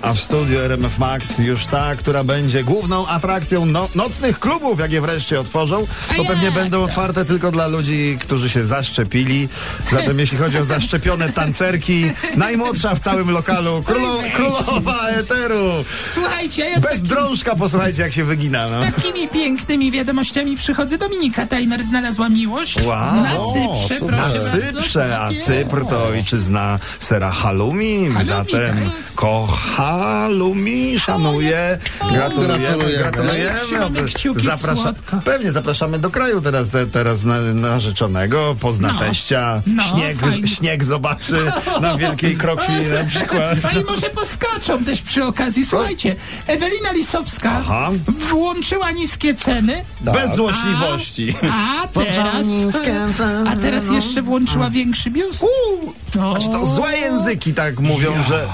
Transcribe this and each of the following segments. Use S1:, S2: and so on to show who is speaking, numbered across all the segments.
S1: A w studiu RMF Max już ta, która będzie główną atrakcją no- nocnych klubów, jak je wreszcie otworzą,
S2: A
S1: bo pewnie
S2: jak
S1: będą
S2: to?
S1: otwarte tylko dla ludzi, którzy się zaszczepili. Zatem jeśli chodzi o zaszczepione tancerki, najmłodsza w całym lokalu, królo- królowa eteru.
S2: Słuchajcie, ja z,
S1: Bez drążka posłuchajcie, jak się wygina. No.
S2: tak, takimi pięknymi wiadomościami przychodzę. Dominika Tajner znalazła miłość
S1: Wow.
S2: na Cyprze,
S3: super.
S1: Na
S2: proszę bardzo.
S1: Cyprze, a
S2: Tak jest.
S1: Cypr to ojczyzna sera halumim,
S2: Halloumi,
S1: zatem
S2: tak.
S1: kohalumi szanuję.
S2: O,
S1: Gratulujemy,
S3: gratulujemy.
S1: gratulujemy.
S2: Trzymamy kciuki, słodko.
S1: Pewnie zapraszamy do kraju teraz, te, teraz na, narzeczonego, pozna
S2: No.
S1: teścia,
S2: No,
S1: śnieg,
S2: fajnie.
S1: śnieg zobaczy na wielkiej krokwi na przykład.
S2: No i może poskaczą też przy okazji. Słuchajcie, Ewelina Lisowska
S1: Aha.
S2: włączyła niskie ceny.
S1: Bez złośliwości.
S2: A teraz, a teraz jeszcze włączyła większy biust. No.
S1: Znaczy to złe języki tak mówią, że,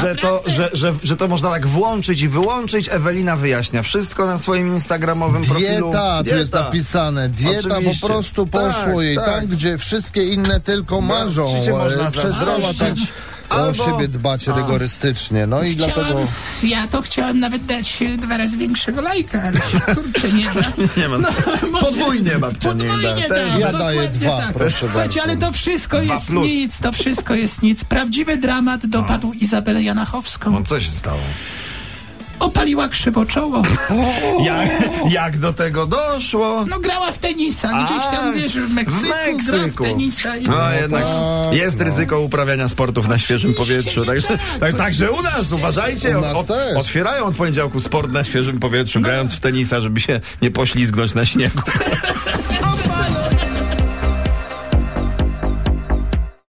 S1: że, to, że, że, że to można tak włączyć i wyłączyć. Ewelina wyjaśnia wszystko na swoim instagramowym profilu.
S3: Dieta, tu jest napisane. Dieta
S1: Oczywiście.
S3: po prostu poszło
S1: Tak,
S3: jej
S1: tak.
S3: tam, gdzie wszystkie inne tylko marzą.
S1: życie można
S3: e, Przestała tak
S1: zazdrościć.
S3: o
S1: Albo-
S3: siebie dbać rygorystycznie. No i
S2: Chciałam,
S3: dlatego...
S2: Ja to chciałam nawet dać e, dwa razy większego lajka, ale się, kurczę, nie da.
S1: Nie ma.
S2: może-
S1: Podwójnie babcia
S2: Podwójnie
S1: nie da.
S2: tak,
S3: Ja
S2: dokładnie
S3: daję dwa,
S2: tak.
S3: proszę
S2: Słuchajcie,
S3: bardzo.
S2: ale to wszystko jest
S1: plus.
S2: nic, to wszystko jest nic. Prawdziwy dramat dopadł Izabelę Janachowską.
S1: No co się stało?
S2: Opaliła krzywoczoło.
S1: Jak, jak do tego doszło?
S2: No grała w tenisa, gdzieś
S1: A,
S2: tam, wiesz, w Meksyku,
S1: w
S2: gra w
S1: Meksyku.
S2: tenisa. I...
S1: No jednak jest ryzyko uprawiania sportów na świeżym
S2: Oczywiście,
S1: powietrzu.
S2: że
S1: Także,
S2: tak.
S1: tak, także u nas, uważajcie,
S3: U nas
S1: od,
S3: też.
S1: No. otwierają od poniedziałku sport na świeżym powietrzu, grając w tenisa, żeby się nie poślizgnąć na śniegu.